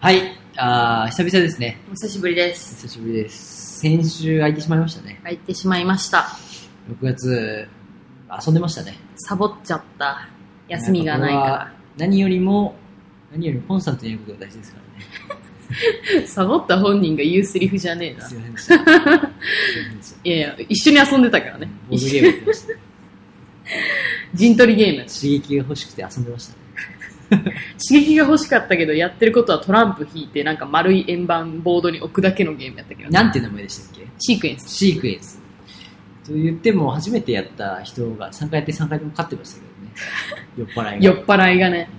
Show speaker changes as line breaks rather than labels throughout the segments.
はい。あー久々ですね。
お久しぶりです。
久しぶりです。先週空いてしまいましたね。
入ってしまいました。
6月、遊んでましたね。
サボっちゃった。休みがないか
何よりも、何よりもコンスタントにやることが大事ですからね。
ら。サボった本人が言うセリフじゃねえな
す。いませんでした。すいませんで した
いやいや、一緒に遊んでたからね。
ボードゲームやってました。
陣取りゲーム。
刺激が欲しくて遊んでましたね。
刺激が欲しかったけど、やってることはトランプ引いて、なんか丸い円盤ボードに置くだけのゲームやったけどね。
なんて名前でしたっけ
シークエンス。
シークエンス。と言っても、初めてやった人が3回やって3回とも勝ってましたけ どね。酔っ払いが。
酔っ払いがね
う、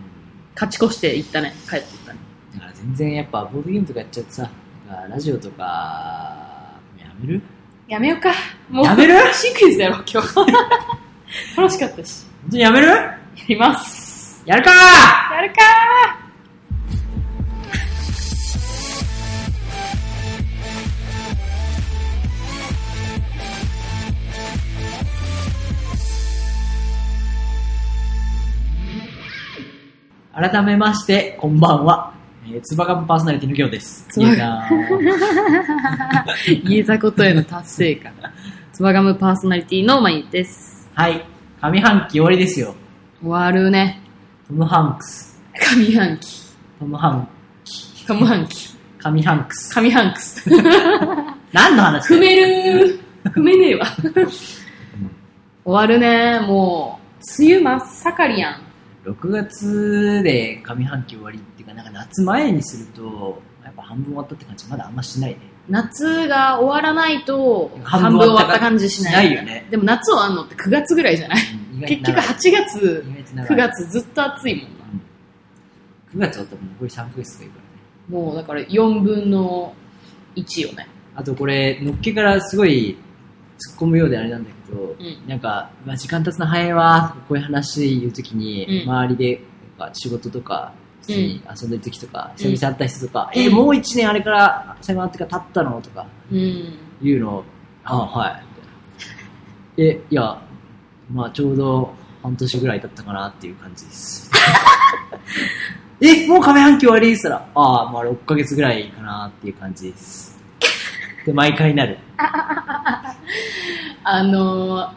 ん
勝ち越して行ったね。帰って行ったね。
だから全然やっぱボードゲームとかやっちゃってさ、なんかラジオとか、やめる
やめようか。も
やめる
シークエンスやろう、今日。 楽しかったし。
本当にやめる
やります。
やるか
やるか
改めまして、こんばんは。えー、つばかぶパーソナリティの行です。
つばかぶ
いやー
言えたことへの達成感。つばがむパーソナリティのマインです。
はい。上半期終わりですよ。
終わるね。
トム・ハンクス。
上半期。
トム・ハン、
上半期。
上ハンクス。
上半期。
何の話だ
踏
よ
める踏めねえわ。終わるね。もう、梅雨真っ盛りやん。
6月で上半期終わりっていうか、なんか夏前にすると、やっぱ半分終わったって感じ、まだあんましないね。
夏が終わらないと、
半
半
分
分
終わ
終わ
っ
ったた
感
感
じ
じ
し
し
ない
ない。
よね
でも夏終わんのって9月ぐらいじゃない
うん意外
結
と長
局
い
8月、
意外と長い
9月ずっと暑いもんな。
9月だったらもう残り3ヶ月とかいるからね。
もうだから4分の1よね。
あとこれ、のっけからすごい突っ込むようであれなんだけど、
うん
なんか、まあ、時間経つの早いわとかこういう話言うときに、
うん
周りでなんか仕事とか、普通に遊んでるときとか、
うん
久々会った人とか、
うん
え、もう1年あれから迫ってから経ったのとか
うん。
言うのを、あはい。みたいなえ、いや、まあちょうど半年ぐらい経ったかなっていう感じです。 え、もう上半期終わりって言ったら、ああ、まあ6ヶ月ぐらいかなっていう感じです。で、毎回なる。
あのー、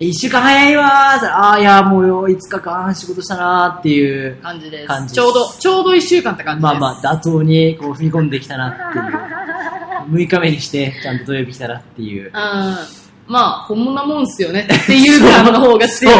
え一週間早いわーさああー、いや、もうよ5日間仕事したなーっていう、
感じです。
感じです
ちょうど、ちょうど1週間って感じです。
まあまあ、妥当にこう踏み込んできたなっていう。6日目にして、ちゃんと土曜日来たなっていう。
あ。うん。まあ、こんなもんっす よねっていう感の方が強い。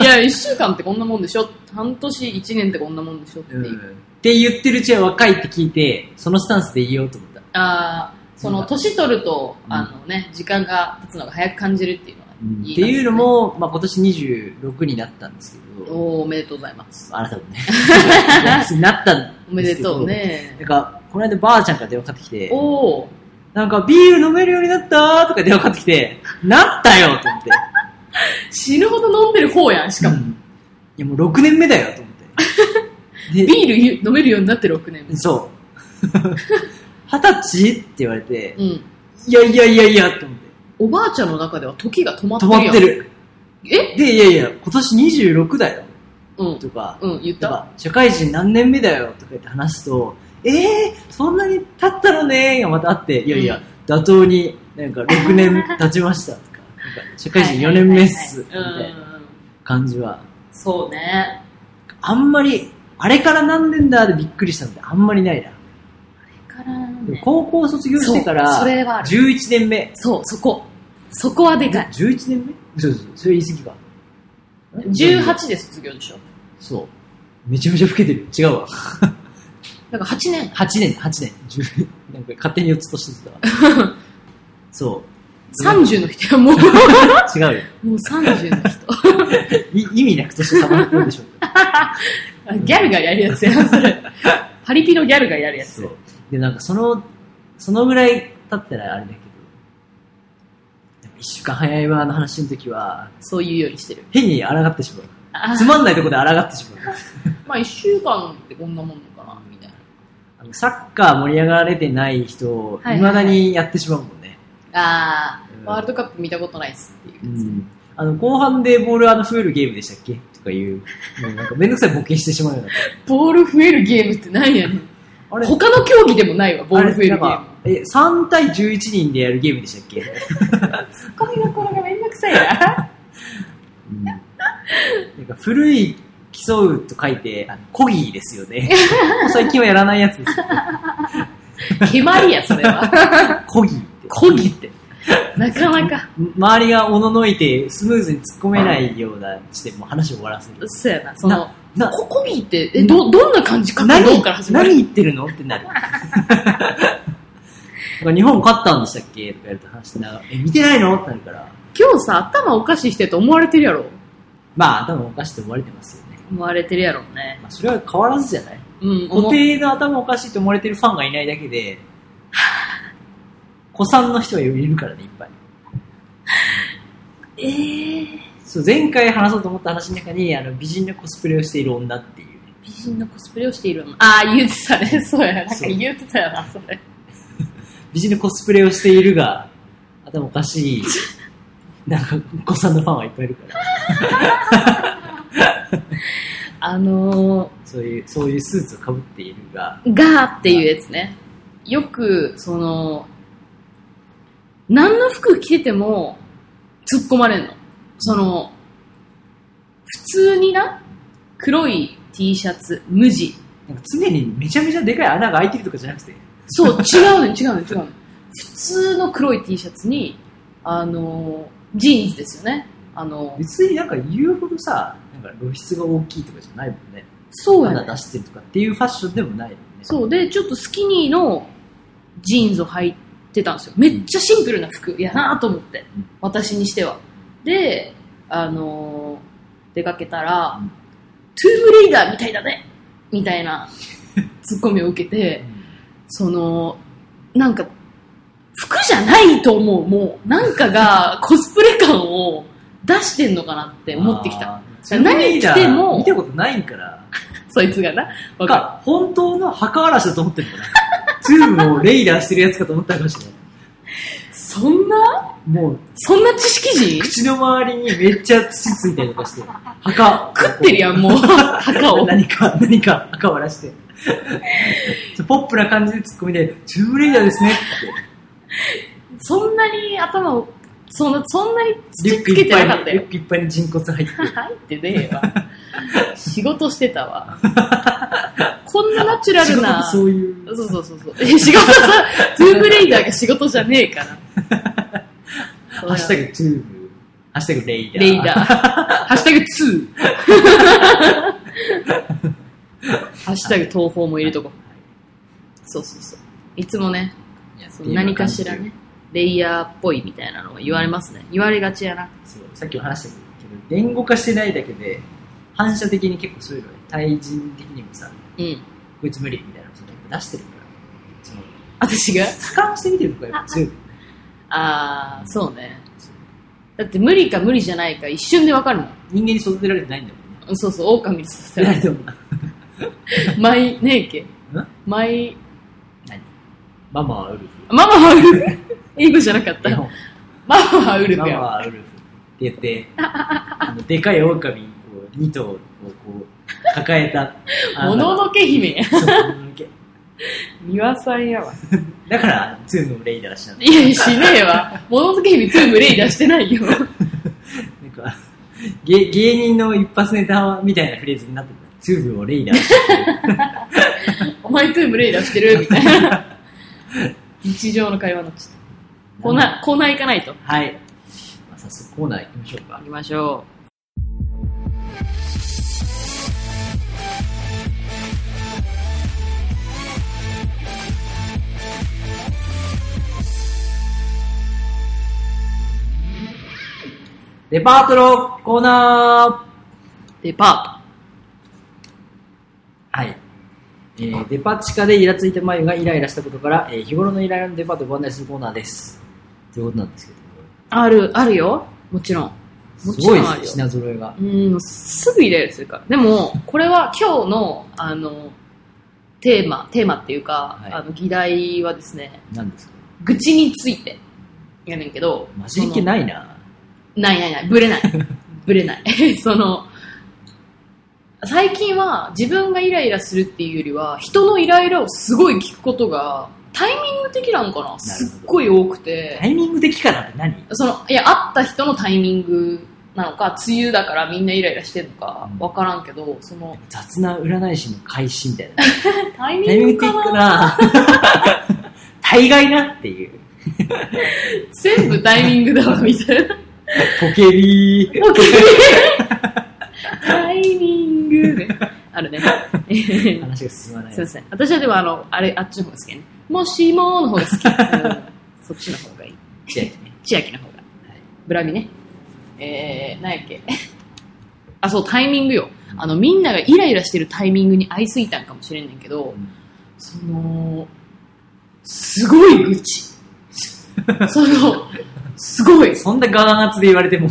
いや、1週間ってこんなもんでしょ。半年、1年ってこんなもんでしょって
う
い
ん。っ
う。
て言ってるうちは若いって聞いて、そのスタンスで言おうと思った。
ああ、その、年取ると、
うん
あのね、時間が経つのが早く感じるっていうのは
うん
言
っ
い
て
ますね
いうの、も、まあ今年26になったんですけど、
おーおめでとうございます。
あなたもね、 なったんですけど
おめでとう。ね
な。んか、この間ばあちゃんから電話かかってきて、
おお
なんかビール飲めるようになったーとか電話かかってきて、なったよと思って。
死ぬほど飲んでる方やん、しかも。
うんいやもう6年目だよと思 って。
ビールゆ飲めるようになって6年目。
そう。 二十歳って言われて、
うん。
いやいやいやいやと思って。
おばあちゃんの中では時が止まって
止
るやん。
まってる。
え
で、いやいや、今年26だよ
うん。
とか、
うん、言っ
と
た。
か社会人何年目だよとか言って話すと、えー、そんなに経ったのねーがまたあって、いやいや、妥当になんか6年経ちましたとか、なんか社会人4年目っす、みた
はいいはいはいはい
な
うん
感じは、
そうね。
あんまり、あれから何年だでびっくりしたのってあんまりないな。
から
でも高校卒業してから、
そうそれはある
11年目。
そう、そこ。そこはでかい。
11年目そうそうそう、それ言い過ぎか。
18で卒業でしょ。
そう。めちゃめちゃ老けてる。違うわ。
だから8年。
8年、8年。10なん か勝手に4つとしてたわ。 そ
30の人は もう、
う。違うよ。
もう30の人。
い意味なくとしてたまるでしょうか。
ギャルがやるやつやん、それ。パリピのギャルがや るやつ
そ。う。で、なんかその、そのぐらい経ったらあれだけど、やっぱ一週間早いわの話の時は、
そういうようにしてる。
変に抗ってしまう。
あ
つまんないとこで抗ってしまう。
まあ1週間ってこんなもんかな、みたい
あのサッカー盛り上がれてない人を、
はい
未だにやってしまうもんね。
な。あ
うん
あ、ワールドカップ見たことないっすっていうやつ。
あの、後半でボールあの増えるゲームでしたっけとかいう、もうなんかめんどくさいボケしてしまうような。
ボール増えるゲームって何やねん。
あれ
他の競技でもないわ、ボール増えるゲ
あ
ー
れ
ム。
え、3対11人でやるゲームでしたっけ、
ツッコミがこれがめんどくさいな。
うん、なんか古い競うと書いて、あのコギーですよ ね。最近はやらないやつですよ。
決まりや、それ は。
コギーって。
こぎって。なかなか。
周りがおののいてスムーズに突っ込めないような視点も話を終わらせる。
そうやな、その、
な
ここぎって、え、ど、どんな感じか
何
どうから始ま
何
る
言ってるのってなる。なんか日本勝ったんでしたっけとかやると話してな、え、見てないのってなるから。
今日さ、頭おかしい人やと思われてるやろ。
まあ、頭おかしいと思われてますよね。
思われてるやろうね。
まあ、それは変わらずじゃない
うん、
固
思っ
定の頭おかしいと思われてるファンがいないだけ で、子さんの人がいるからね、いっぱい。
えー、
そう、前回話そうと思った話の中に、あの、美人のコスプレをしている女っていう。
美人のコスプレをしているの。ああ、言うてたね。そうや。なんか
そう
言うてたよな、それ。
美人のコスプレをしているが、頭おか しい、なんか、子さんのファンはいっぱいいるから。
あの
そういう、そういうスーツをかぶっているが、
ー、ガーっていうやつね。よく、その、何の服着てても突っ込まれんの。その、普通にな、黒い T シャツ、無地。
なんか常にめちゃめちゃでかい穴が開いてるとかじゃなくて、
そう、 違うね、違うね、違うね。普通の黒い T シャツに、あのー、ジーンズですよね。あのー、
別になんか言うほどさ、なんか露出が大きいとかじゃないもんね。
そうや
穴
ね。
出してるとかっていうファッションでもないもんね。
そうでちょっとスキニーのジーンズを履いてたんですよめっちゃシンプルな服やなと思って、
うん
私にしてはであのー出かけたら、
うん
トゥームレイダーみたいだねみた いなツッコミを受けてそのなんか服じゃないと思うもうなんか がコスプレ感を出してんのかなって思ってきた
あー。
だから何着ても
見たことないんから。
そいつがなわかる
か、本当の墓嵐だと思ってるのかな。ズームをレイダーしてるやつかと思ったかもしれない。
そんな
もう、
そんな知識人
口の周りにめっちゃ土ついたりとかして、墓。
食ってる やん、もう。墓を。
何か、何か、墓を荒らして。ポップな感じで突っ込みで、トゥームレイダーですねっ
そんなに頭を、そんな、そんなに
て。
突きつけてなかった
リュ
よ。
ックいっぱいに人骨入って。
入ってねえわ。仕事してたわ。こんなナチュラル
仕事
な。
ってそういう。
そうそうそうそう。え仕事さ、 ズームレイダーが仕事じゃね えから。
ハッシュタグトゥーム、ハッシュタグレイダー。
レイ ダー。ハッシュタグ2。ハッシュタグ東宝も入れとこう。そうそうそう。いつもね、
いや
その何かしらね。、レイヤーっぽいみたいなのを言われますね。言われがちやな。
そうさっきも話したけど、言語化してないだけで、反射的に結構そういうのね、対人的にもさ、
うん。
こいつ無理みたいなのをその出してるから、その、
私が
俯瞰して見てるとこがやっぱ強い。
ああ、そうね。だって無理か無理じゃないか一瞬でわかるもん
人間に育てられてないんだもんね。
うん。そうそう、狼にさせら
な
れ
い
て
と思う。
る。マイ、ねえけ。マイ、
ママはウルフ。
ママはウル フ。英語じゃなかった
日。
マ
本
マはウル
マ
フ
マ
や。
はウルフって言って、あのでかい狼を2頭をこう、抱えた。あ
もののけ姫や。
そうもののけ
ミワさんやわ。
だから、ツーのレイダーしなんだ
いや、しねえわ。もののけ姫全部レイダーしてない よ。
なんか、 芸芸人の一発ネタみたいなフレーズになってた。チューブをレイダーして
お前全部レイダーしてるみたいな。日常の会話になっちゃった。 コーナー、コーナー行かないと。
はい。まあ、早速コーナー行きましょうか
行。きましょ
デパートのコーナ
う。デパ
ーはい。えー、デパ地下でイラついた眉がイライラしたことから、えー日頃のイライラのデパートをご案内するコーナーです。ということなんですけ
ート。ある、あるよ。もちろん。
ども、
も
す
ち
ご
ろ
い
ん
で
あ
す
る
ね、品
よ。
揃えが。
うん、すぐイライラするから。でも、これは今日の、あの、テーマ、テーマっていうか、
はい
あの、議題はですね、
なんですか
愚痴について、やねんけど、
マジいけないな
ないないない、ぶれない。ぶれない。その、最近は自分がイライラするっていうよりは人のイライラをすごい聞くことがタイミング的なのかなすっごい多くて
タイミング的かなって何
そのいや会った人のタイミングなのか梅雨だからみんなイライラしてるのか分からんけどその
雑な占い師の開始みたいな。
タイ
タイ
ミ
ミング
ング
的
か
か
な
な 大概なっていう。
全部タイミングだわみたいな
ポケビー。
タイミングねあ るね
話が進まない
すいま。せん。私はでもあの、あれ、あっちの方が好きね。もしもの方が好き。うんそっちの方がいい。
千秋ね
千秋の方が。ブラビね。えー、なんやっけ。あ、そう、タイミングよ。あの、みんながイライラしてるタイミングに合いすぎたんかもしれんねんけど、その、すごい愚痴。その、すごい。
そんなガーツで言われても。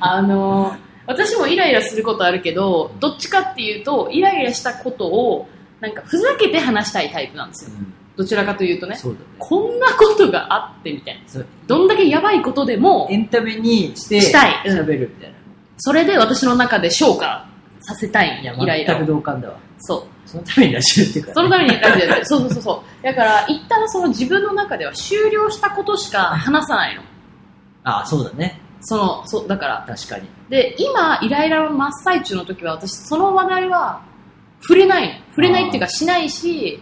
あの私もイライラすることあるけどどっちかっていうとイライラしたことをなんかふざけて話したいタイプなんですよどちらかというとね
そうだね。
こんなことがあってみたいな
そう
どんだけやばいことでも
エンタメにして、
したいうん
喋るみたいな。
それで私の中で消化させたいん
い
や
や、
イライラ
全く
を
同感だわ。
そう
そのためにラジオっていうか
そ
らね。
のためにラジオやってるそうそうそうそうだから一旦その自分の中では終了したことしか話さないの
ああ、そうだね。
そのそうだから
確かに。
で今イライラの真っ最中の時は私その話題は触れないの触れないっていうかしないし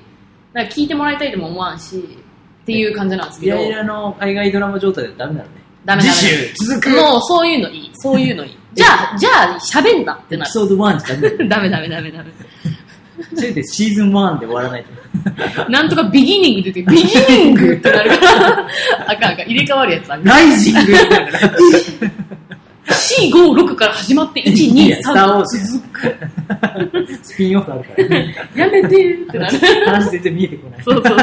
なんか聞いてもらいたいとも思わんしっていう感じなんです
イ
けど
ライラの海外ドラマ状態でダメなのね。
ダメダメ
次週続く
もうそういうのいいそういうのいいじゃ あじゃあ喋んなって
エ
な
ピ
る
ソード1じゃダメだよ
ダメダメダメダメ
せめてシーズン1で終わらないと。
なんとかビギニング出てビギニングってなるから あかんあかん入れ替わるやつあかん
ライジン グってなるから
C56 から始まって
いや
123
を続く。スピンオフあるからね。
やめてってなる
話全然見えてこない。
そうそうそう。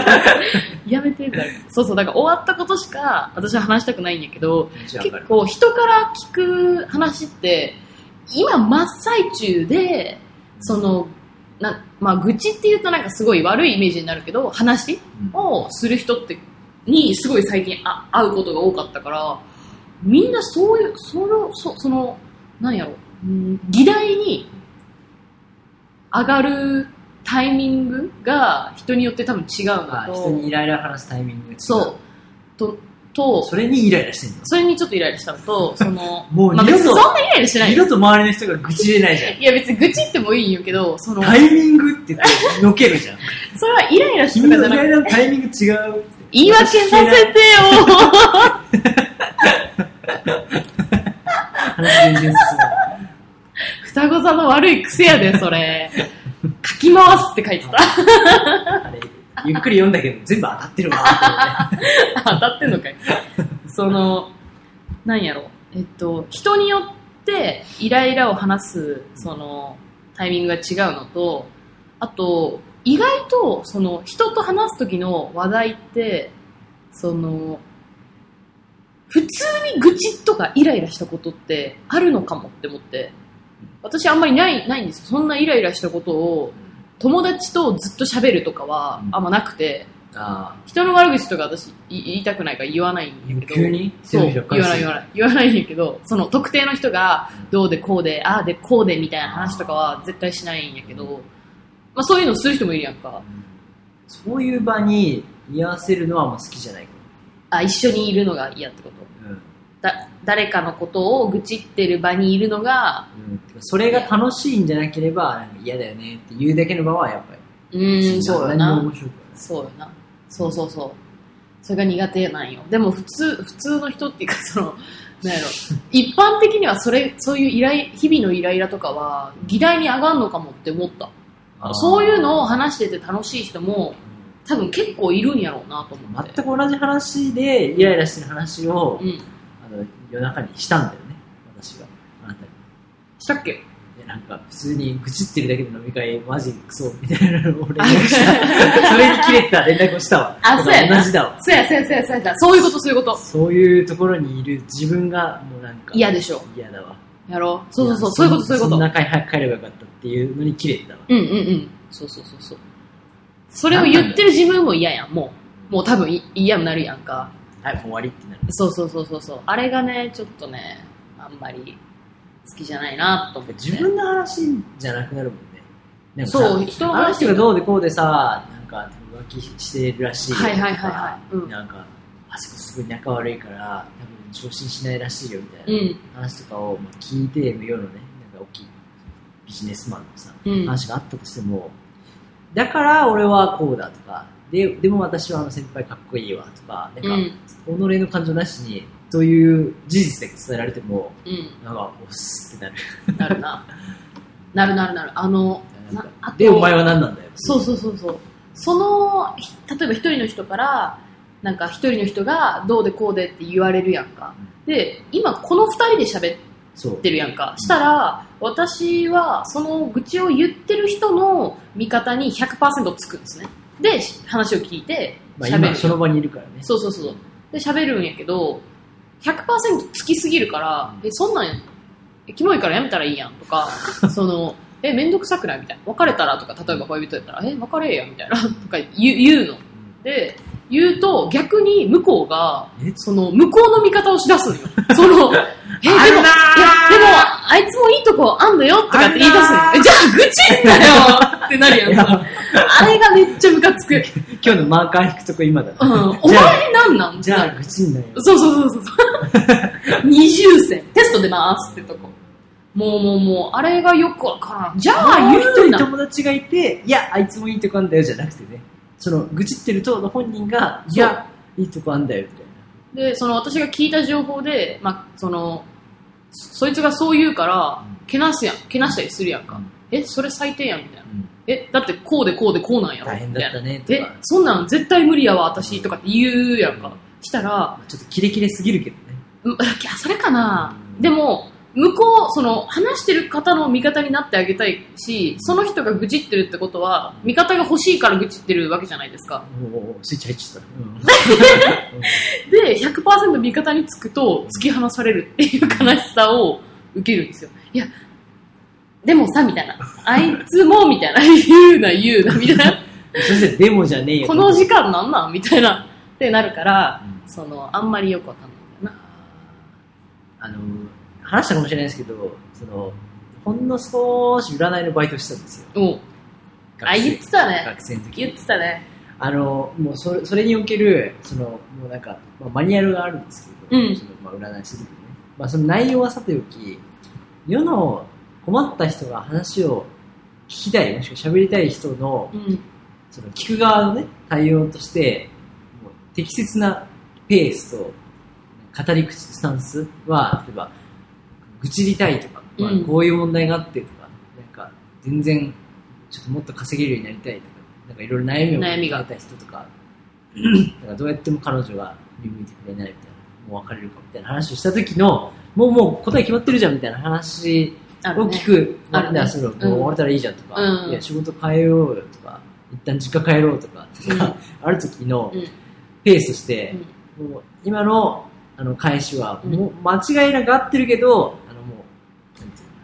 やめてだ。そうそう、だから終わったことしか私は話したくないんやけど、
じゃあ
結構人から聞く話って、今真っ最中で、その、なまあ、愚痴っていうとなんかすごい悪いイメージになるけど、話をする人って、にすごい最近あ会うことが多かったから、みんなそういう、その、そその、なんやろう、うん議題に上がるタイミングが人によって多分違うの
あ
と、
人にイライラ話すタイミング
そう。と、と、
それにイライラしてんの
それにちょっとイライラしたの と、その、
もう
まあ、
二
別
度
に
と
そんなイライラしない
二
よ。
度と周りの人が愚痴れないじゃん
いや別に愚痴ってもいいんやけど、その、
タイミングって言ってのける じゃん
それはイライラして
君
とか
の
じ
イラ
ゃな
イラ
くて、
のタイミング違う
言い訳させて よ
話全然進まない
双子座の悪い癖やで、それ。かき回すって書いてた。
あれゆっくり読んだけど全部当たってるわ
当たってんのかいそのなんやろえっと人によってイライラを話すそのタイミングが違うのとあと意外とその人と話す時の話題ってその普通に愚痴とかイライラしたことってあるのかもって思って私あんまりないないんですよそんなイライラしたことを友達とずっと喋るとかはあんまなくて、
あ
人の悪口とか私い言いたくないから言わないんやけど
急に
そう言わない言
い
わない言わないんやけどその特定の人がどうでこうでああでこうでみたいな話とかは絶対しないんやけど、まあ、そういうのする人もいるやんか
そういう場に居合わせるのはあんま好きじゃないか
あ一緒にいるのが嫌ってこと
らうん
だ誰かのことを愚痴ってる場にいるのが
うんてかそれが楽しいんじゃなければなんか嫌だよねって言うだけの場はやっぱり
うーんそうや
何も
な
面白くない
そうやなそうそうそうそれが苦手なんよでも普通普通の人っていうか そのなんやろ一般的にはそれそういうイライ日々のイライラとかは議題に上がるのかもって思った
あー
そういうのを話してて楽しい人も
う
多分結構いるんやろうなと思
ん
って
全く同じ話でイライラしてる話を
うん
あの夜中にしたんだよね私はあなたに
したっけ
いやなんか普通に愚痴ってるだけの飲み会マジクソみたいなのを俺
あ
に したそれに切れてた連絡をしたわ
あそう
だ
やな
から同じだわ
そうやそうやそうやそうやそうやそういうことそういうこと
そういうところにいる自分がもうなんか
嫌でしょ
嫌だわ
やろうそうそうそうそういうことそういうこと
そんな会早く帰ればよかったっていうのに切れてたわ
うんうんうん。そうそうそうそう。それを言ってる自分も嫌やん、もう。もう多分い嫌になるやんか。
はいもう終わりってなる
そうそうそうそうそう。あれがね、ちょっとね、あんまり好好きじゃないなと思って。
自分の話じゃなくなるもんね。でもさ
そう、人の
あの
話
人がどうでこうでさ、なんか浮気してるらしいよとか、
はいはいはいはいうん
なんか、あそこすごい仲悪いから、多分昇進しないらしいよみた
う
い
ん。
な話とかを、まあ、聞いて、世のね、なんか大きいビジネスマンのさ、
うん。
話があったとしても、だから俺はこうだとか、ででも私はあの先輩かっこいいわとか、なん
う
か、
ん。
己の感情なしに、という事実だけ伝えられても、
う
なんか、おっすってなる。
ん。なるな。なるなるなる。あの、なあと
で、お前は何なんだよ。
そうそうそうそう。その、ひ例えば一人の人から、なんか一人の人がどうでこうでって言われるやんか。で、今この二人で喋っ
そう
てるやんか。したら、私はその愚痴を言ってる人の味方に100%つくんですね。で、し話を聞いて
まあ、
喋る
今
やん。
その場にいるからね。
そうそうそう。で、喋るんやけど、100%つきすぎるから、え、そんなん、えキモいからやめたらいいやん とか、その、え、めんどくさくないみたいな。別れたらとか、例えば恋人やったら、え、別れやみたいな、 とか言う言うの。で、言うと、逆に向こうが、
え
その、向こうの味方をしだすのよ。 その、え、でも、いや、
あ
で
る
も
なー、
あいつもいいとこあんのよとかって言い出すのよ
あ。るなー
えじゃあ、愚痴んだよってなるやん。
い
そ
や
のあれがめっちゃムカつく。
今日のマーカー引くとこ今だ
うん、
な。
お前なんなん
じゃあ、愚痴になるよ。
そうそ うそうそう。二重線。テスト出ますってとこ。もうもうもう、あれがよくわからん。じゃあ言う
人
人
に
な。
友達がいて、いや、あいつもいいとこあんだよじゃなくてね。その、愚痴ってるとの本人が、いや、いいとこあんだよみたいな。
で、その私が聞いた情報で、まあ、その、そそいつがそう言うから
う、
けなすやん、けなしたりするやんか。
うん
え、それ最低やんみたいな。
うん
え、だってこうでこうでこうなんやろ
大変
み
だ
たい
っ
な。
たねと
え
か、。
そんなん絶対無理やわ、私、とかって言うやんか。したら、
ちょっとキレキレすぎるけどね。
うんいやそれかな、
うん
でも向こうその話してる方の味方になってあげたいしその人が愚痴ってるってことは味方が欲しいから愚痴ってるわけじゃないですか
おースイッチ入っちゃった。うん
で100%味方につくと突き放されるっていう悲しさを受けるんですよいやでもさみたいなあいつもみたいな言うな言うなみたいな
そして、でもじゃねえよ。
この時間なんなんみたいなってなるから
うん
そのあんまりよくわかんないんだよな
あの、話したかもしれないですけど、その、ほんの少し占いのバイトしてたんですよ。
うんあ言ってたね
学生の時
言ってたね
あの、もうそれ、それにおける、その、もうなんか、まあ、マニュアルがあるんですけど、
うん
そのまあ、占いする時ね。まあ、その内容はさておき、世の困った人が話を聞きたい、もしくは喋りたい人の、
うん
その聞く側のね、対応として、もう適切なペースと語り口、スタンスは、例えば、愚痴りたいとか、まあ
うん
こういう問題があってとか、なんか、全然、ちょっともっと稼げるようになりたいとか、なんかいろいろ悩みを
悩みが
抱えた人とか、なんかどうやっても彼女が見向いてくれないみたいな、もう別れるかみたいな話をした時の、もうもう答え決まってるじゃんみたいな話
ある
を
ね
聞く、
あ
な
る
ん
ね
だその、もう終われたらいいじゃんとか、
うん
いや仕事変えようよとか、一旦実家帰ろうとか、
うん
ある時の
うん
ペースとして
うん、
もう今のあの返しは、
うん
もう間違いなく合ってるけど、あのもう、なんていうの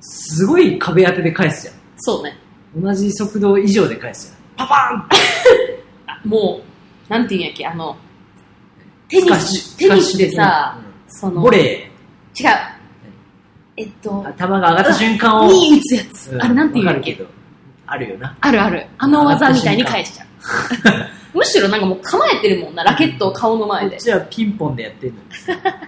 すごい壁当てで返すじゃ
そうね
ん。同じ速度以上で返すじ
もう、なんていうんやっけ、あの、
ゃ
テ
ん。
ニ
スカッシ
ス、
ュ
テニスでさ、、そ
スカッシュ的なうん
の、
ボレ
違う。えっと
ー、、頭が上がった瞬間を、
に打つやつ。
う
あれなんていうん
わ
や
か
っ
るけ
け。
ど、あるよな。
あるある。あの技みたいに返しちゃ う。むしろなんかもう構えてるもんな、ラケットを顔の前
こ
で
っ。ちはピンポンでや ってるのにさ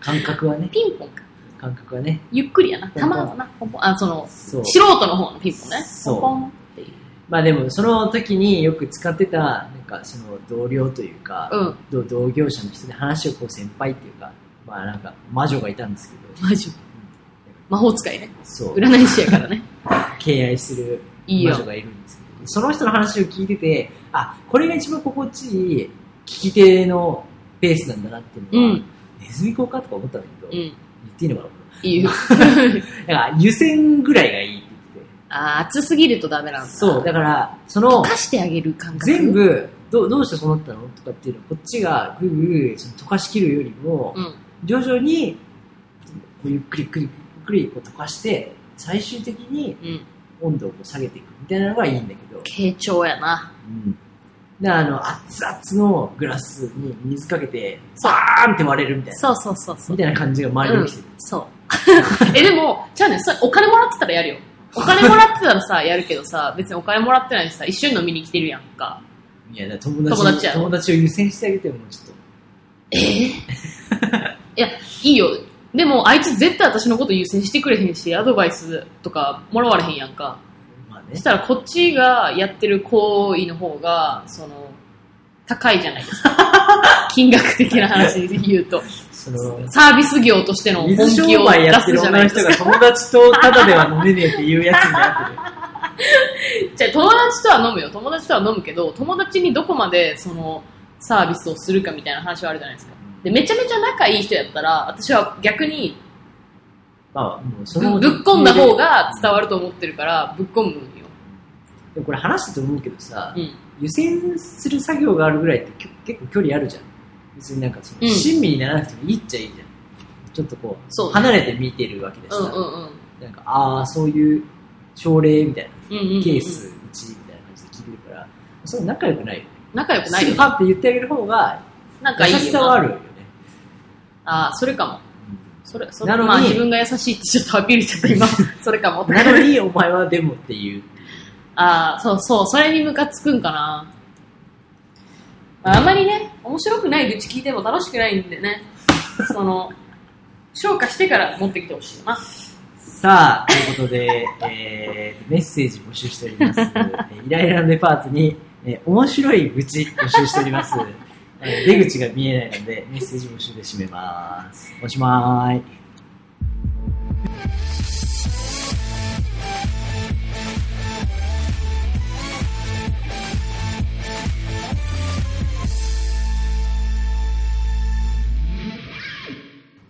感覚はね、
ピンポンか。
感覚はね、
ゆっくりやな。球はな、ポンポン。あ、その、
そう。
素人の方のピンポンね。
そ
ポ
う
ンポンっていう。
まあでもその時によく使ってたなんかその同僚というか、
うん。
同同業者の人で話をこう先輩っていうかまあなんか魔女がいたんですけど
魔女。魔法使いね。
そう
占い師や からね。
敬愛する
いい
魔
よ
女。がいるんですけどその人の話を聞いててあこれが一番心地いい聞き手のペースなんだなっていうのは、
うん
ネズミ講かとか思ったんだけど、言
うん。い
っていいのかない
よ。
だから湯煎ぐらいがいいって言って
あー、熱すぎるとダメなん
て
だ。
そうだからその
溶かしてあげる感覚。
全。部どうどうしてそうなったのとかっていうのをこっちがぐぐぐその溶かしきるよりも
うん。
徐々にこうゆっくりゆっくりゆっくりこう溶かして最終的に
うん。
温度をこう下げていくみたいなのがいいんだけど、
傾聴やな。
うん、だからあの熱々のグラスに水かけてバーンって割れるみたいな
そうそうそうそう。
みたいな感じが周りに起きてる
うん、そう。 え、でも、じゃあね、それお金もらってたらやるよ。お金もらってたらさ、やるけどさ、別にお金もらってないしさ、一緒に飲みに来てるやんか。
いや、だから友達
友達やろ
友達を優先してあげてよもうちょっと。
えいや、いいよ。でも、あいつ絶対私のこと優先してくれへんし、アドバイスとかもらわれへんやんか。
まあ
そ
ね
し。たら、こっちがやってる行為の方が、その、高いじゃないですか。金額的な話で言うと。
その、
サービス業としての本
水
気
商
を
売
出
やって
す
る
じゃ
女
ない
の
ですか
人。が友達とタダでは飲めねえっていうやつになってる。
じゃあ友達とは飲むよ友達とは飲むけど友達にどこまでそのサービスをするかみたいな話はあるじゃないですかでめちゃめちゃ仲いい人やったら私は逆に
まあ、もうそ
ぶ
の
ぶっこんだ方が伝わると思ってるからぶっこむんよ、
でもこれ話したと思うけどさ、
うん、
湯煎する作業があるぐらいってきょ結構距離あるじゃん。別になんかその、
うん
親身にならなくてもいいっちゃいいじゃん。ちょっとこう、
そう
離れて見てるわけだし
う
さ、
んうんうん
なんか、ああ、そういう症例みたい
うんうんう
な、
ん
ケース1みたいな感じで聞いてるから、それ仲良くないよね。
仲良くない
す
よ
ぐパって言ってあげる方が、
仲
優
いいよな
しさはあるよね。
ああそれかもそれそれ
なのに
まあ自分が優しいってちょっとアピールしちゃった 今それかも
うんなのに、お前はでもっていう。
ああ、そうそう、それにムカつくんかな。まああんまりね、面白くない愚痴聞いても楽しくないんでね、その、消化してから持ってきてほしいよな。
さあ、ということで、えーメッセージ募集しております。えーイライラのデパートに、えー面白い愚痴募集しております。えー出口が見えないので、メッセージ募集で締めます。おしまーい。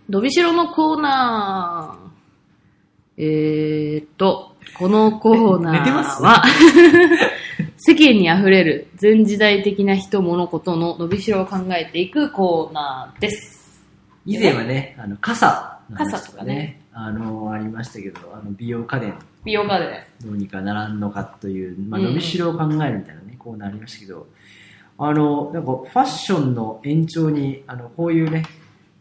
伸びしろのコーナー。えー、っと、このコーナ
寝て
ー
ます
は、世間にあふれる全時代的な人物事の伸びしろを考えていくコーナーです。
以前はね、あの、傘の話
傘とかね
あの、ありましたけど、あの、美容家電
美容家で。
どうにかならんのかという、まあ、
うん
伸びしろを考えるみたいなね、コーナーありましたけど、あの、なんかファッションの延長に、あの、こういうね、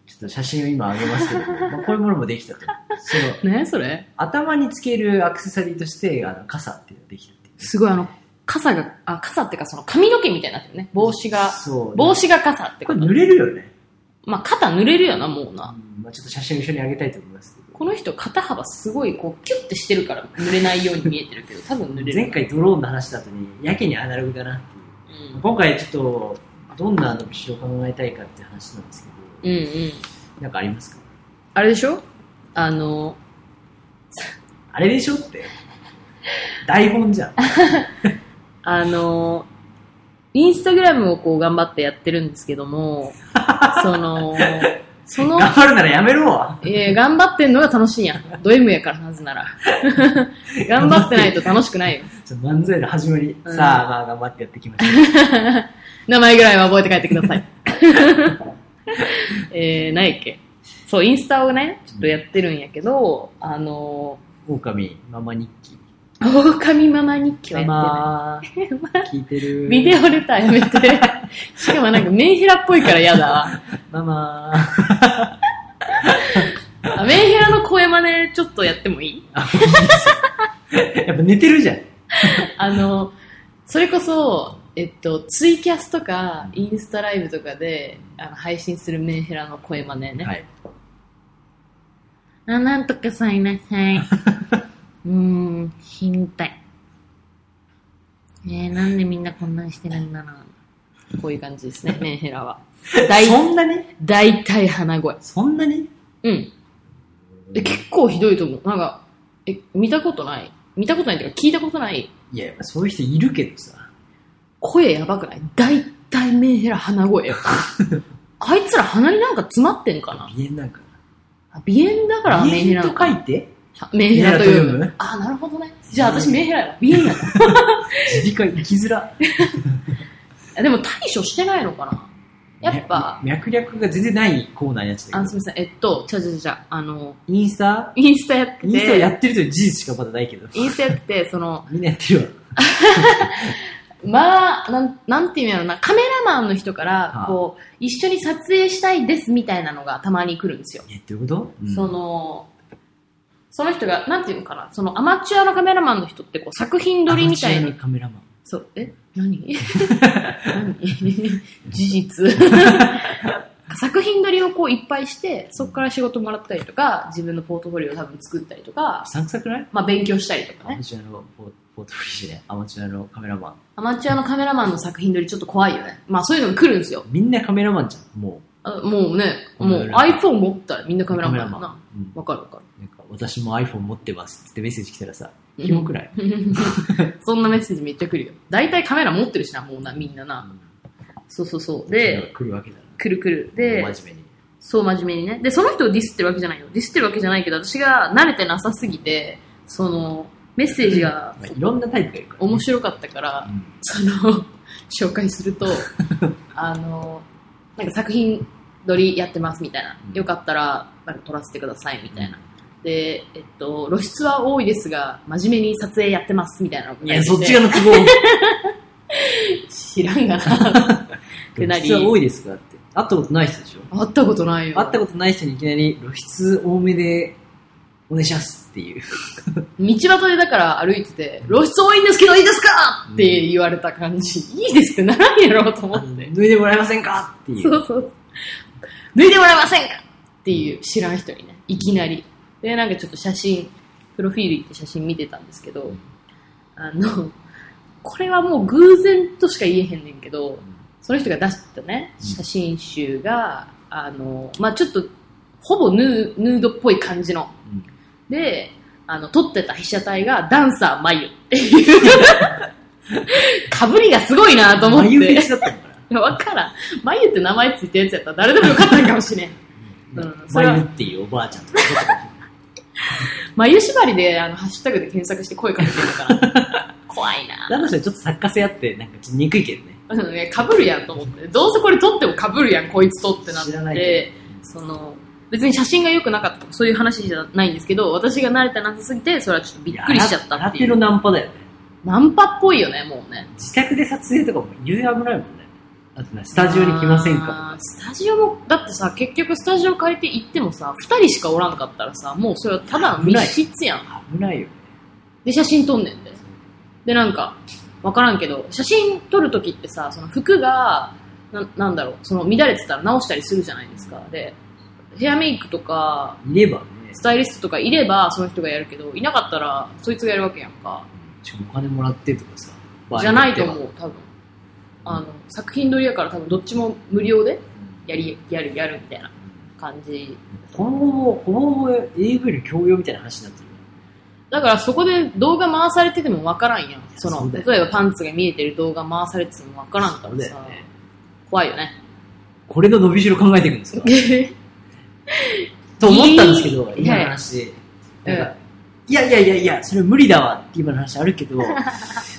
ちょっと写真を今あげますけど、まあこういうものも できたと。その、
ねそれ
頭につけるアクセサリーとして、あの、傘っていうのができたっていう。
すごいあの、傘が、あ、傘っていうかその髪の毛みたいになってるね。帽子が、
そう。
帽子が傘って
こ
こ
れ
と。
濡れるよね。
まあ肩濡れるよな、もう
う
な。
んまあ、ちょっと写真を一緒にあげたいと思いますけど。
この人肩幅すごいこうキュッてしてるから濡れないように見えてるけど、多分濡れる。
前回ドローンの話した後に、やけにアナログだなっていう。
うん。
今回ちょっと、どんな伸びしろを考えたいかって話なんですけど、
うんうん。
なんかありますか
あれでしょあの、
あれでしょ って。台本じゃん。
あの、インスタグラムをこう頑張ってやってるんですけども、その、その、
頑張るならやめろわ。
えー頑張ってんのが楽しいやん。ド M やからなぜなら。頑張ってないと楽しくないよ。
ちょ漫才の始まり。
うん
さあ、まあ頑張ってやってきまし
名前ぐらいは覚えて帰ってください。 えー、何やっけそう、インスタをね、ちょっとやってるんやけど、あの
ょう。狼、ママ日記。
ー、狼ママ日記はやってな
ママ、 聞いてる。
い。ビデオレターやめて。 しかもなんかメンヘラっぽいから嫌だ。
ママ、
あメンヘラの声真似ちょっとやってもいい
やっぱ寝てるじゃん。
あの、それこそ、えっと、ツイキャスとか、インスタライブとかで、あの配信するメンヘラの声真似ね。
はい。
あ、なんとかさいなさ い。うーん、死にたい。えー、なんでみんなこんなにしてるんだろう。こういう感じです ね、メンヘラは。大
そんなに
大体鼻声。
そんなに
うん。え、結構ひどいと思う。なんか、え、見たことない。見たことないっていうか、聞いたことない。
いや、やっぱそういう人いるけどさ。
声やばくない大体メンヘラ鼻 声よ。あいつら鼻になんか詰まってんかな
鼻炎なんか。
あ鼻炎だからメンヘラな
鼻
の
炎と
かな
書いて、
はメンヘラと
メンヘラと
い
呼
う
ぶ。
あ、なるほどね。じゃあ私メンヘラやわ。鼻炎やわ
耳鼻科行きづら。
あでも対処してないのかなやっぱ、
脈、脈略が全然ないコーナーになっちゃ
あ
ったけ
すみ
ど。
ません、えっと、ちゃうちゃうちゃうちゃう、あの、
インスタ
インスタやってて、
インスタやってるという事実しかまだないけど。
インスタやってて、その、
みんなやってるわ。
まあ、なん、なんていうんやろな、カメラマンの人か
は
ら
あ、
こう、一緒に撮影したいですみたいなのがたまに来るんですよ。
え、どういうこと、うん
その、その人が、なんていうのかな、そのアマチュアのカメラマンの人ってこう作品撮りみたい
アマチュ
に
ア。のカメラマン。
そう、え何 何 事実 作品撮りをこういっぱいして、そこから仕事もらったりとか、自分のポートフォリオを多分作ったりとか
うさんくさくない
まあ、勉強したりとか
ア
ね
マ。チュアのポポートフォリオで、アマチュアのカメラマン。
アマチュアのカメラマンの作品撮りちょっと怖いよね。まあ、そういうのが来るんですよ。
みんなカメラマンじゃん、も
あもうね、
うん
もう iPhone 持ったらみんなカメラマンだ
カメラ
な。
う。うん、
わかるわか
なんか私も iPhone 持ってますってメッセージ来たらさ、
うん
キモくない、
る。 そんなメッセージめっちゃ来るよ。大体カメラ持ってるしな、もうな、みんなな。そうそうそう。で、、
来るわけだな。
くるくる。で、
真面目に。
そう真面目にね。で、その人をディスってるわけじゃないよ。ディスってるわけじゃないけど、私が慣れてなさすぎて、その、メッセージが
まあ、いろんなタイプがいるから、
面白かったから、
うん
その、 紹介す ると、あの、なんか作品撮りやってますみたいな
う。ん
よかったら、なんか撮らせてくださいみたいな。で、えっと、露出は多いですが、真面目に撮影やってますみたいなのを書
い
てて。
や、そっち側の都合。
知らん がな。ってなり
露出は多いですかって。会ったことない人でしょ
会ったことないよ。
会ったことない人にいきなり露出多めでお願いしますっていう。
道端でだから歩いてて、露出多いんですけどいいですかって言われた感じ、いいですってならんやろうと思
あ
っ
の
て。
脱いでもらえませんかってい。
そううそう。脱いでもらえませんかっていう知らん人にね、いきなり。で、なんかちょっと写真、プロフィール行って写真見てたんですけど、あの、これはもう偶然としか言えへんねんけど、その人が出したね、
うん
写真集が、あの、まあちょっと、ほぼヌーヌードっぽい感じの
うん
で、あの、撮ってた被写体がダンサー眉っていう。かぶりがすごいなと思っ
眉
て。
フェ
い
チだったのかな
やわからん。眉って名前ついてるやつやったら誰でもよかったんかもしれ ん。うんそれは
眉っていうおばあちゃんとか。
眉縛りで、あの、ハッシュタグで検索して声かけてるのから。怖いな。
だとしたらちょっと作家性あって、なんかちょっと憎いけどね。
うんいや、かぶるやんと思って。どうせこれ撮ってもかぶるやん、こいつとってなっ
知らない
て
け。
その、別に写真が良くなかったとかそういう話じゃないんですけど、私が慣れてなさすぎて、それはちょっとびっくりしちゃったってい
や
う。
新手のナンパだよね。
ナンパっぽいよね、もうね。
自宅で撮影とかも言う危ないもんね。あとな、スタジオに来ませんか
あースタジオもだってさ結局スタジオ借りて行ってもさ2人しかおらんかったらさもうそれはただの密室やん
とか。危ないよね。
で写真撮んねんででなんか分からんけど写真撮るときってさその服がななんだろうその乱れてたら直したりするじゃないですかでヘアメイクとか
いればね、
スタイリストとかいればその人がやるけどいなかったらそいつがやるわけやんか
しかもお金もらってとかさ。
じゃないと思
う。
う多分あの作品撮りやから多分どっちも無料でやりやるやるみたいな感じ
今後も、ほぼほぼ AV の教養みたいな話になってるよ
だからそこで動画回されててもわからんやん。その
そうだよ
例えばパンツが見えてる動画回されててもわからんから
だよ
さ、
ね。
怖い よね。
これの伸びしろ考えていくんですかと思ったんですけど、
いい
今の話。
ええ
なんかいやいやいやいや、それ無理だわって今の話あるけ ど、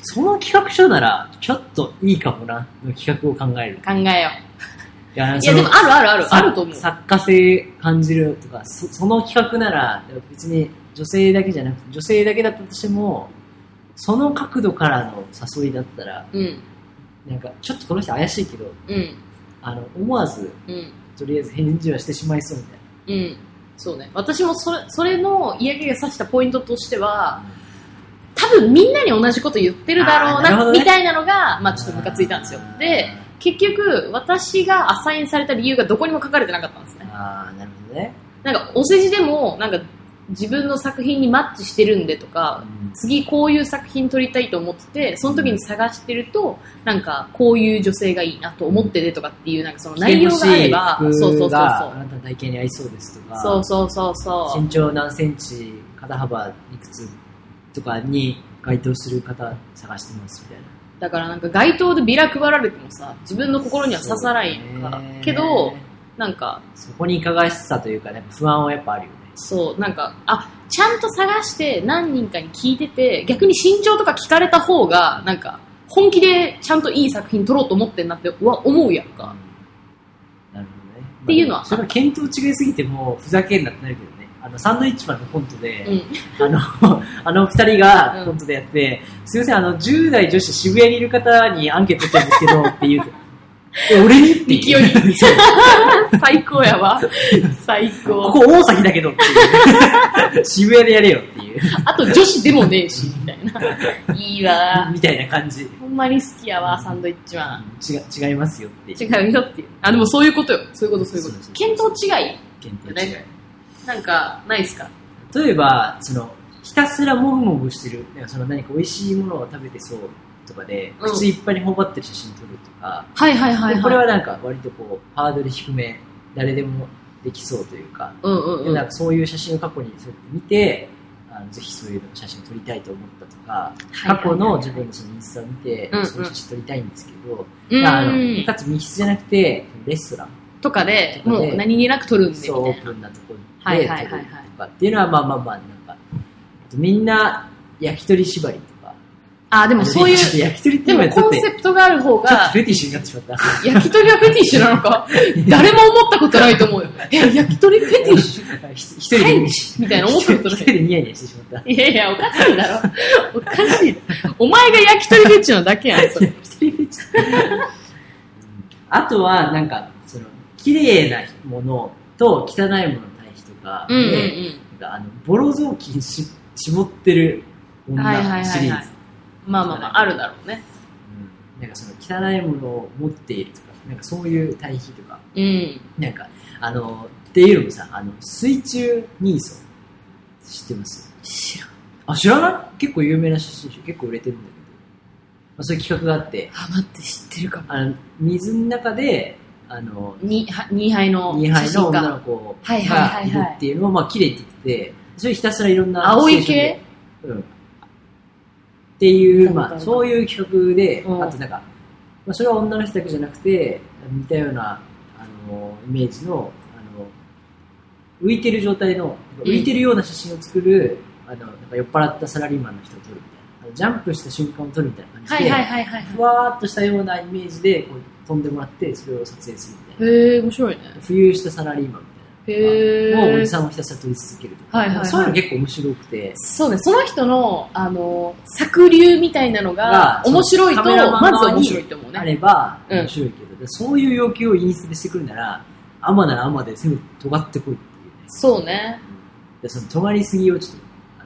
その企画書なら、ちょっといいかもな、の企画を考える。
考えよう。
いや
い
そ
や
の
でもあるあるある、
さ
あると思う。
作家性感じるとかそその企画なら別に女性だけじゃなくて女性だけだったとしてもその角度からの誘いだったら
うん、
なんかちょっとこの人怪しいけど
うん、
あの思わず
うん、
とりあえず返事はしてしまいそうみたい
うん。そうね。私もそれそれの嫌気がさしたポイントとしては、多分みんなに同じこと言ってるだろう
あーなるほ
な、
どね
みたいなのが、
な
まあちょっとムカついたんですよ。で、結局私がアサインされた理由がどこにも書かれてなかったんですね。
ああなるほどね
なんかお世辞でもなんか自分の作品にマッチしてるんでとか次こういう作品撮りたいと思っててその時に探してるとなんかこういう女性がいいなと思っててとかっていうなんかその内容があれば
着てほしい
そうそ
服
うそう
があ
そ
なたの体型に合いそうですとか
うそうそうそうそう
身長何センチ肩幅いくつとかに該当する方探してますみたいな
だからなんか街頭でビラ配られてもさ自分の心には刺さないか
そうね
らけどなんか
そこにいかがしさというかね不安はやっぱあるよね
そうなんかあちゃんと探して何人かに聞いてて逆に身長とか聞かれた方がなんか本気でちゃんといい作品撮ろうと思ってんなってうわ思うやんか
なるほどね
っていうのは
それが見当違いすぎてもうふざけんなってなるけどねあのサンドイッチマンのコントで、
うん
あの あの二人がコントでやって、すいませんあの10代女子渋谷にいる方にアンケート取ったんですけどって言うえ、俺にって
勢い
いう。そう。
最高やわ。最
こ
高。
こ大崎だけどって いう。渋谷でやれよっていう。
あと女子でもねえし、みたいな。いいわ。
みたいな感じ。
ほんまに好きやわ、サンドイッチマン。
違違いますよっていう。
違うよっていう。あ、でもそういうことよ。そういうこと、そういう
そうそう
こと。見当違い
見当違い。
なんか、ないっすか
例えば、その、ひたすらもぐもぐしてる、なんかその何か美味しいものを食べてそうとかで、
うん
口いっぱいに頬張ってる写真撮るとか、
はいはいは
でこれはなんか割とこう、ハードル低め、誰でもできそうというか、
うんうんう
で
ん。
なんかそういう写真を過去にそうやって見て、あのぜひそういう写真を撮りたいと思ったとか、
はいはい
過去の自分のそのインスタを見て、
うんうん
そういう写真撮りたいんですけど、
うん
あのかつ密室じゃなくて、レストラン、
とかで、
とか
も
で
う何気なく撮るんで、み
そう
た
オ
い
ー
な。
プンなところ
はい
で
は
撮
いはいはい
るとかっていうのは、まあまあまあ、なんか、あとみんな焼き鳥縛りとか、
あ、でもそうい
ちょっと
う、
焼き鳥って
で
いうの
も
はちょっ
コ
と
ンセプトがある方
ちょっと
が
フ、ェティッシュになってしまった。
焼き鳥はフェティッシュなのか誰も思ったことないと思うよ。え、焼き鳥フェティッシ
ひ一人
ュ
で、
変
一
みたいな思ったことな
人
い。
でニヤニヤしてしまった。
いやいや、おかしいだろ。おかしい。お前が焼き鳥フェッチのだけやん、 それ。
あとは、なんか、その、綺麗なものと汚いものの対比とか、
うんうんう
で
ん。
なんかあのボロ雑巾し絞ってる
はいはい
女シ
はい
リ
は
ー
い
ズ。
まあまあまあ、あるだろうね。
うんなんかその汚いものを持っているとか、なんかそういう対比とか、
うん。
なんか、あの、っていうのもさ、あの、水中ニーソ知ってます
知らん。
あ、知らない結構有名な写真集、結構売れてるんだけど、まあ、そういう企画があって、
あ、待って、知ってるかも。
あの、水の中で、あの、
に、は、2杯の
2
写
杯の
真
女の
か。
子
はいは
が
いはい
い
は
る
い
っていうのを、まあ、綺麗って言ってて、それひたすらいろんな
青い
シチュエー
系
ションでうん。っていう、
な
ま
ん
あ、
か
そういう企画で、
うん
あとなんか、まあ、それは女の人だけじゃなくて、似たような、あの、イメージの、あの、浮いてる状態の、浮いてるような写真を作る、あの、なんか酔っ払ったサラリーマンの人を撮るみたいなあの。ジャンプした瞬間を撮るみたいな感じで、
はいはいはいはい。
ふわーっとしたようなイメージでこう飛んでもらって、それを撮影するみたいな。
へえ、面白いね。
浮遊したサラリーマンみた
へ
い
ー
なのがもうおじさんをひたすら撮り続けるとか、
はいはいはい
そういうの結構面白くて
そうね、その人の、あの、作流みたいなの
が、
が面白い
そ
と、
うカメラマン
まず
側に
面白いと思う
あ
ね。
れば
うん
面白いけど、そういう要求をインスタでしてくるならアマならアマで全部尖ってこいっていうね
そうね、
でその尖りすぎをちょっとあ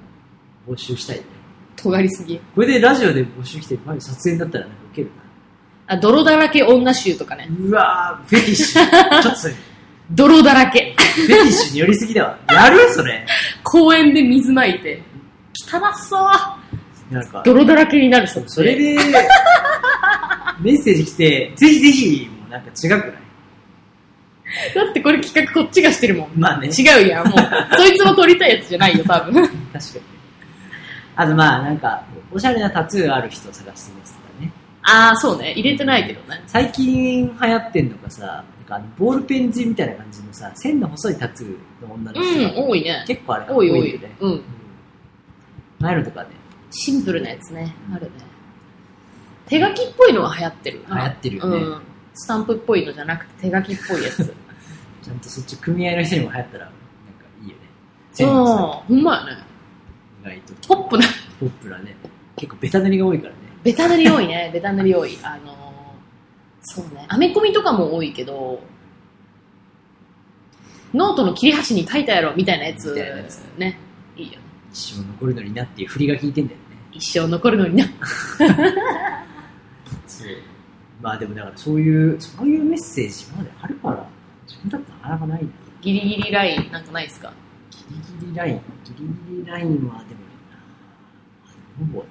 の募集したいね
尖りすぎ。
これでラジオで募集来て前に撮影になったらなんかウケるな
あ、泥だらけ女集とかね。
うわーフェティッシ ュちょっとそれ
泥だらけ。
フェティッシュに寄りすぎだわやるそれ
公園で水まいて。汚そう。
なんか
泥だらけになる人
それ。 でメッセージ来てぜひぜひもうなんか違くない
だってこれ企画こっちがしてるもん。
まあね
違うやん、もう。そいつも撮りたいやつじゃないよ、多分。
確かに。あとまあなんか、おしゃれなタトゥーある人を探してますとかね。
ああ、そうね。入れてないけどね。
最近流行ってんのがさ、なんかあのボールペン字みたいな感じのさ、線の細いタトゥーの女の
う
人
ん、
が、
多いね。
結構あれ
多い多い
よね。。
うん。
うん。ああいうのとかね、
シンプルなやつね。あるね。手書きっぽいのは流行ってる。
流行ってるよ
う
ね。
ん。スタンプっぽいのじゃなくて手書きっぽいや つ。
ちゃんとそっち組合の人にも流行ったら、なんかいいよね。
うん。
線の細
ほんまやね。
い意外と
ポップな。
ポップなね。結構ベタ塗りが多いからね。
ベタ塗り多いね。ベタ塗り多い。あのー、そうね。アメコミとかも多いけど、ノートの切れ端に書いたやろみたいなやつ
みたいなやつ。
ね。いいよね。
一生残るのになっていう振りが効いてんだよね。
一生残るのにな。
そう。まあでもだからそういう、そういうメッセージまであるから、自分だってなかなかないな。
ギリギリラインなんかないですか
ギリギリライン、ギリギリラインはでもな、ほぼ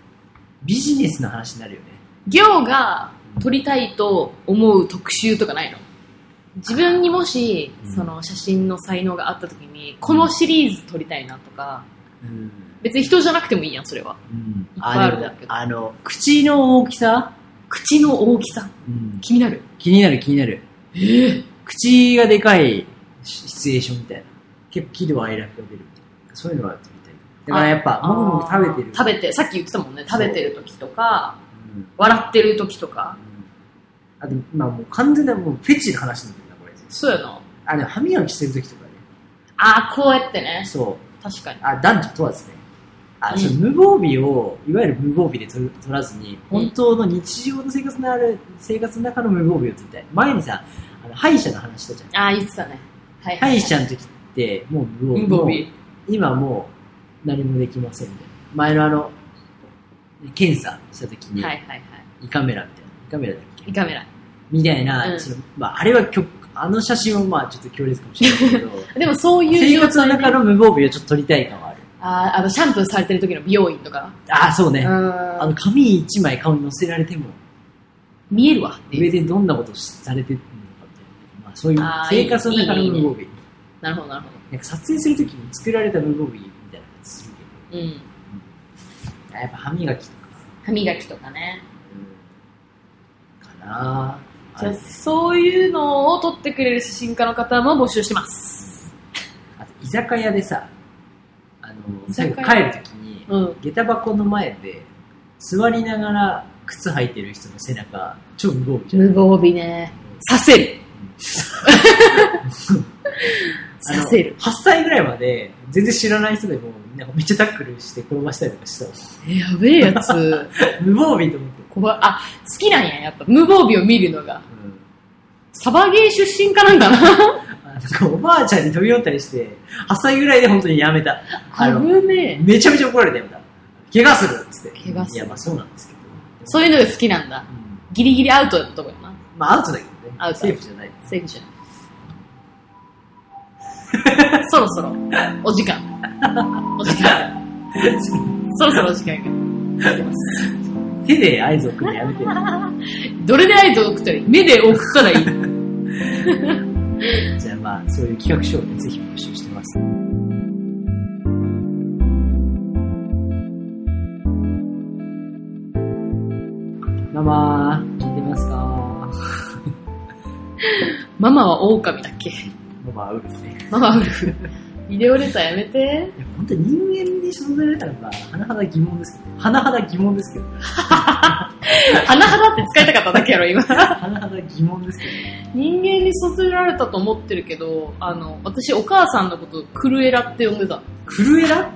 ビジネスの話になるよね。
行が取りたいと思う特集とかないの自分にもし
うん
その写真の才能があった時にこのシリーズ撮りたいなとか
うん。
別に人じゃなくてもいいやんそれは
うん。
いっぱいあ
あ
る
でも
だけど
あの、口の大きさ、
口の大きさ
うん、
気になる
気になる気になる。口がでかいシシチュエーションみたいな。結構喜怒哀楽が出るみたいな。そういうのは撮りたい。だからやっぱ、もぐもぐ食べてる。
食べてさっき言ってたもんね食べてる時とか
うん
笑ってる時とか
あと、まあもう完全なもうフェチの話になってるな、これ。
そうやな
あ、でも歯磨きしてる時とかね。
ああこうやってね
そう。
確かに
あ、男女問わずね。あ、そう無防備を、いわゆる無防備で取る取らずに、本当の日常の生活のある、生活の中の無防備を取りたい。前にさ、あの歯医者の話したじゃん。
ああ、言ってたね。はい、
歯医者の時って、もう無防
無
備。
防備。
今もう何もできませんみたいな。前のあの、検査した時に、
はいはいはい。
胃カメラみたいな。胃カメラだっけ
胃カメラ。
みたいな、
うん
そのまあ、あれはきょあの写真はまあちょっと強烈かもしれ ないけど、
でもそうい
生
う
活の
で
中の無防備をちょっと取りたい感はある。
あーあの、シャンプーされてる時の美容院とか。
ああ、そうね。あ
あ
の、紙一枚顔に乗せられても、
見えるわってい
上
う。
でどんなことされてるのかっていう、まあ、そういう
あーいい
生活の中の無防備。
なるほどなるほ
なんか撮影するときに作られた無防備みたいな感じするけ
ど。うん。
ど、やっぱ歯磨きとか、
歯磨きとかね。
うんかなあ
じゃあ
れ
そういうのを撮ってくれる写真家の方も募集してます。
あと居酒屋でさ、あ
居
の、
酒
最
屋
後帰るときに、
うん。
下駄箱の前で座りながら靴履いてる人の背中超無防備じゃん
無防備ね。刺せ る。
あの
刺せる。
8歳ぐらいまで全然知らない人でもなんかめっちゃタックルして転ばしたりとかしたわ
えやべえやつ。
無防備と思って、
怖い。あ、好きなんや、やっぱ。無防備を見るのが。
うん
サバゲー出身かなんかな。
あなんかおばあちゃんに飛び乗ったりして8歳ぐらいで本当にやめたあの
危ねえ。
めちゃめちゃ怒られたやめた怪我するっつって
怪我する
いやまあそうなんですけど
そういうのが好きなんだ。
うん
ギリギリアウトのとこやな。
まあアウトだけどね
アウト
セーフじゃない
セーフじゃ ん。そろそろ、お時間。お時間。そろそろお時間が。
手で合図送るのやめて
どれで合図を送ったらいい目で送ったらいい
じゃあまあそういう企画書をねぜひ募集してますママ聞いてますか
ママは狼だっけ
ママはウルフね
ママはウルフ。ビデオレターやめて。
いや本当に人間に育てられたのか甚だ疑問ですけど甚だ疑問ですけど
花肌って使いたかっただけやろ、今。
甚だ疑問ですけど
人間に育てられたと思ってるけど、あの、私お母さんのことクルエラって呼んでた。
クルエラ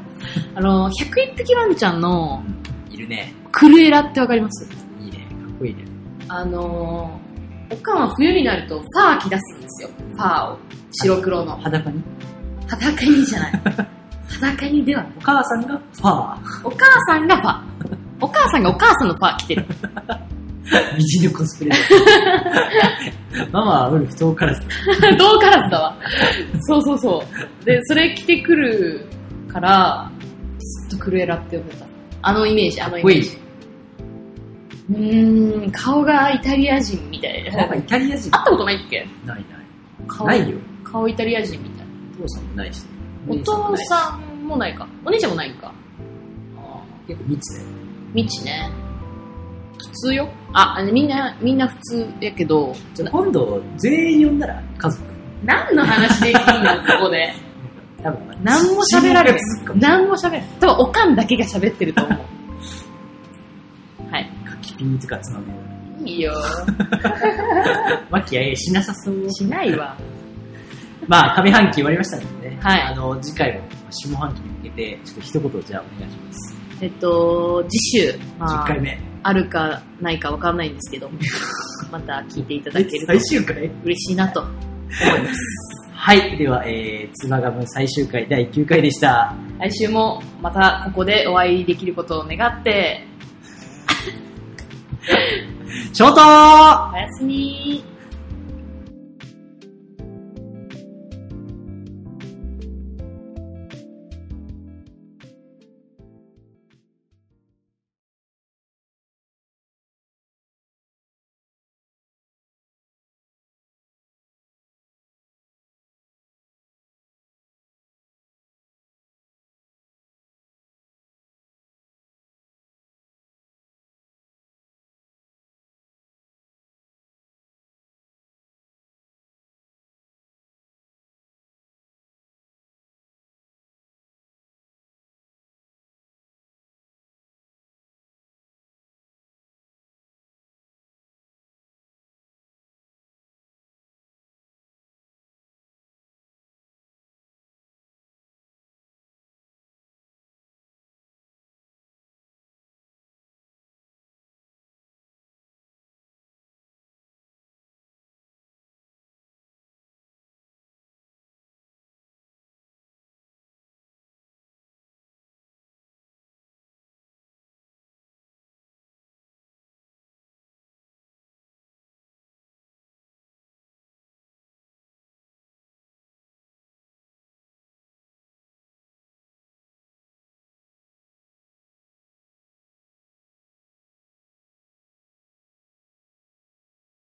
あの、101匹ワンちゃんの
いるね
クルエラってわかります
いいねかっこいいね
あのー、おかんは冬になるとファー着出すんですよ。ファーを。白黒の。
裸に
裸にじ ゃない。裸にではない。
お母さんがファ
お母さんがファー。お母さんがお母さんのファー着てる。
ー虹のコスプレ ママはウルフ遠からず
どうからずだわ。そうそうそう。で、それ着てくるから、ずっとクルエラって呼んでた。あのイメージ、あのイメージ。うーん、顔がイタリア人みたい
な
な。
んか
会っ
イタリア人
たことないっけ
ない
顔
ない。ないよ。
顔イタリア人みたいな。
お父さんもないし。
お父さんもないか。お姉ちゃんもないか。
ん。あー結構密だよ。
未知ね。普通よ。あ、あのみんな、みんな普通やけど、
じゃあ今度、全員呼んだら家族。
何の話でいいのこ こで。
多分
何も喋られ
る
る。何も喋る。多分、おかんだけが喋ってると思う。はい。
カキピーとかつまむ。
いいよ。
和気あいあいしなさそう。
しないわ。
まあ、上半期終わりましたのでね。
はい
あの、次回も下半期に向けて、ちょっと一言じゃあお願いします。
えっと、次週、ま
10
あ
回、目。
あるかないかわかんないんですけど、また聞いていただけると
最終回
嬉しいなと。
はい。では、えー、つばがむ最終回第9回でした。
来週もまたここでお会いできることを願って、
ショート
おやすみ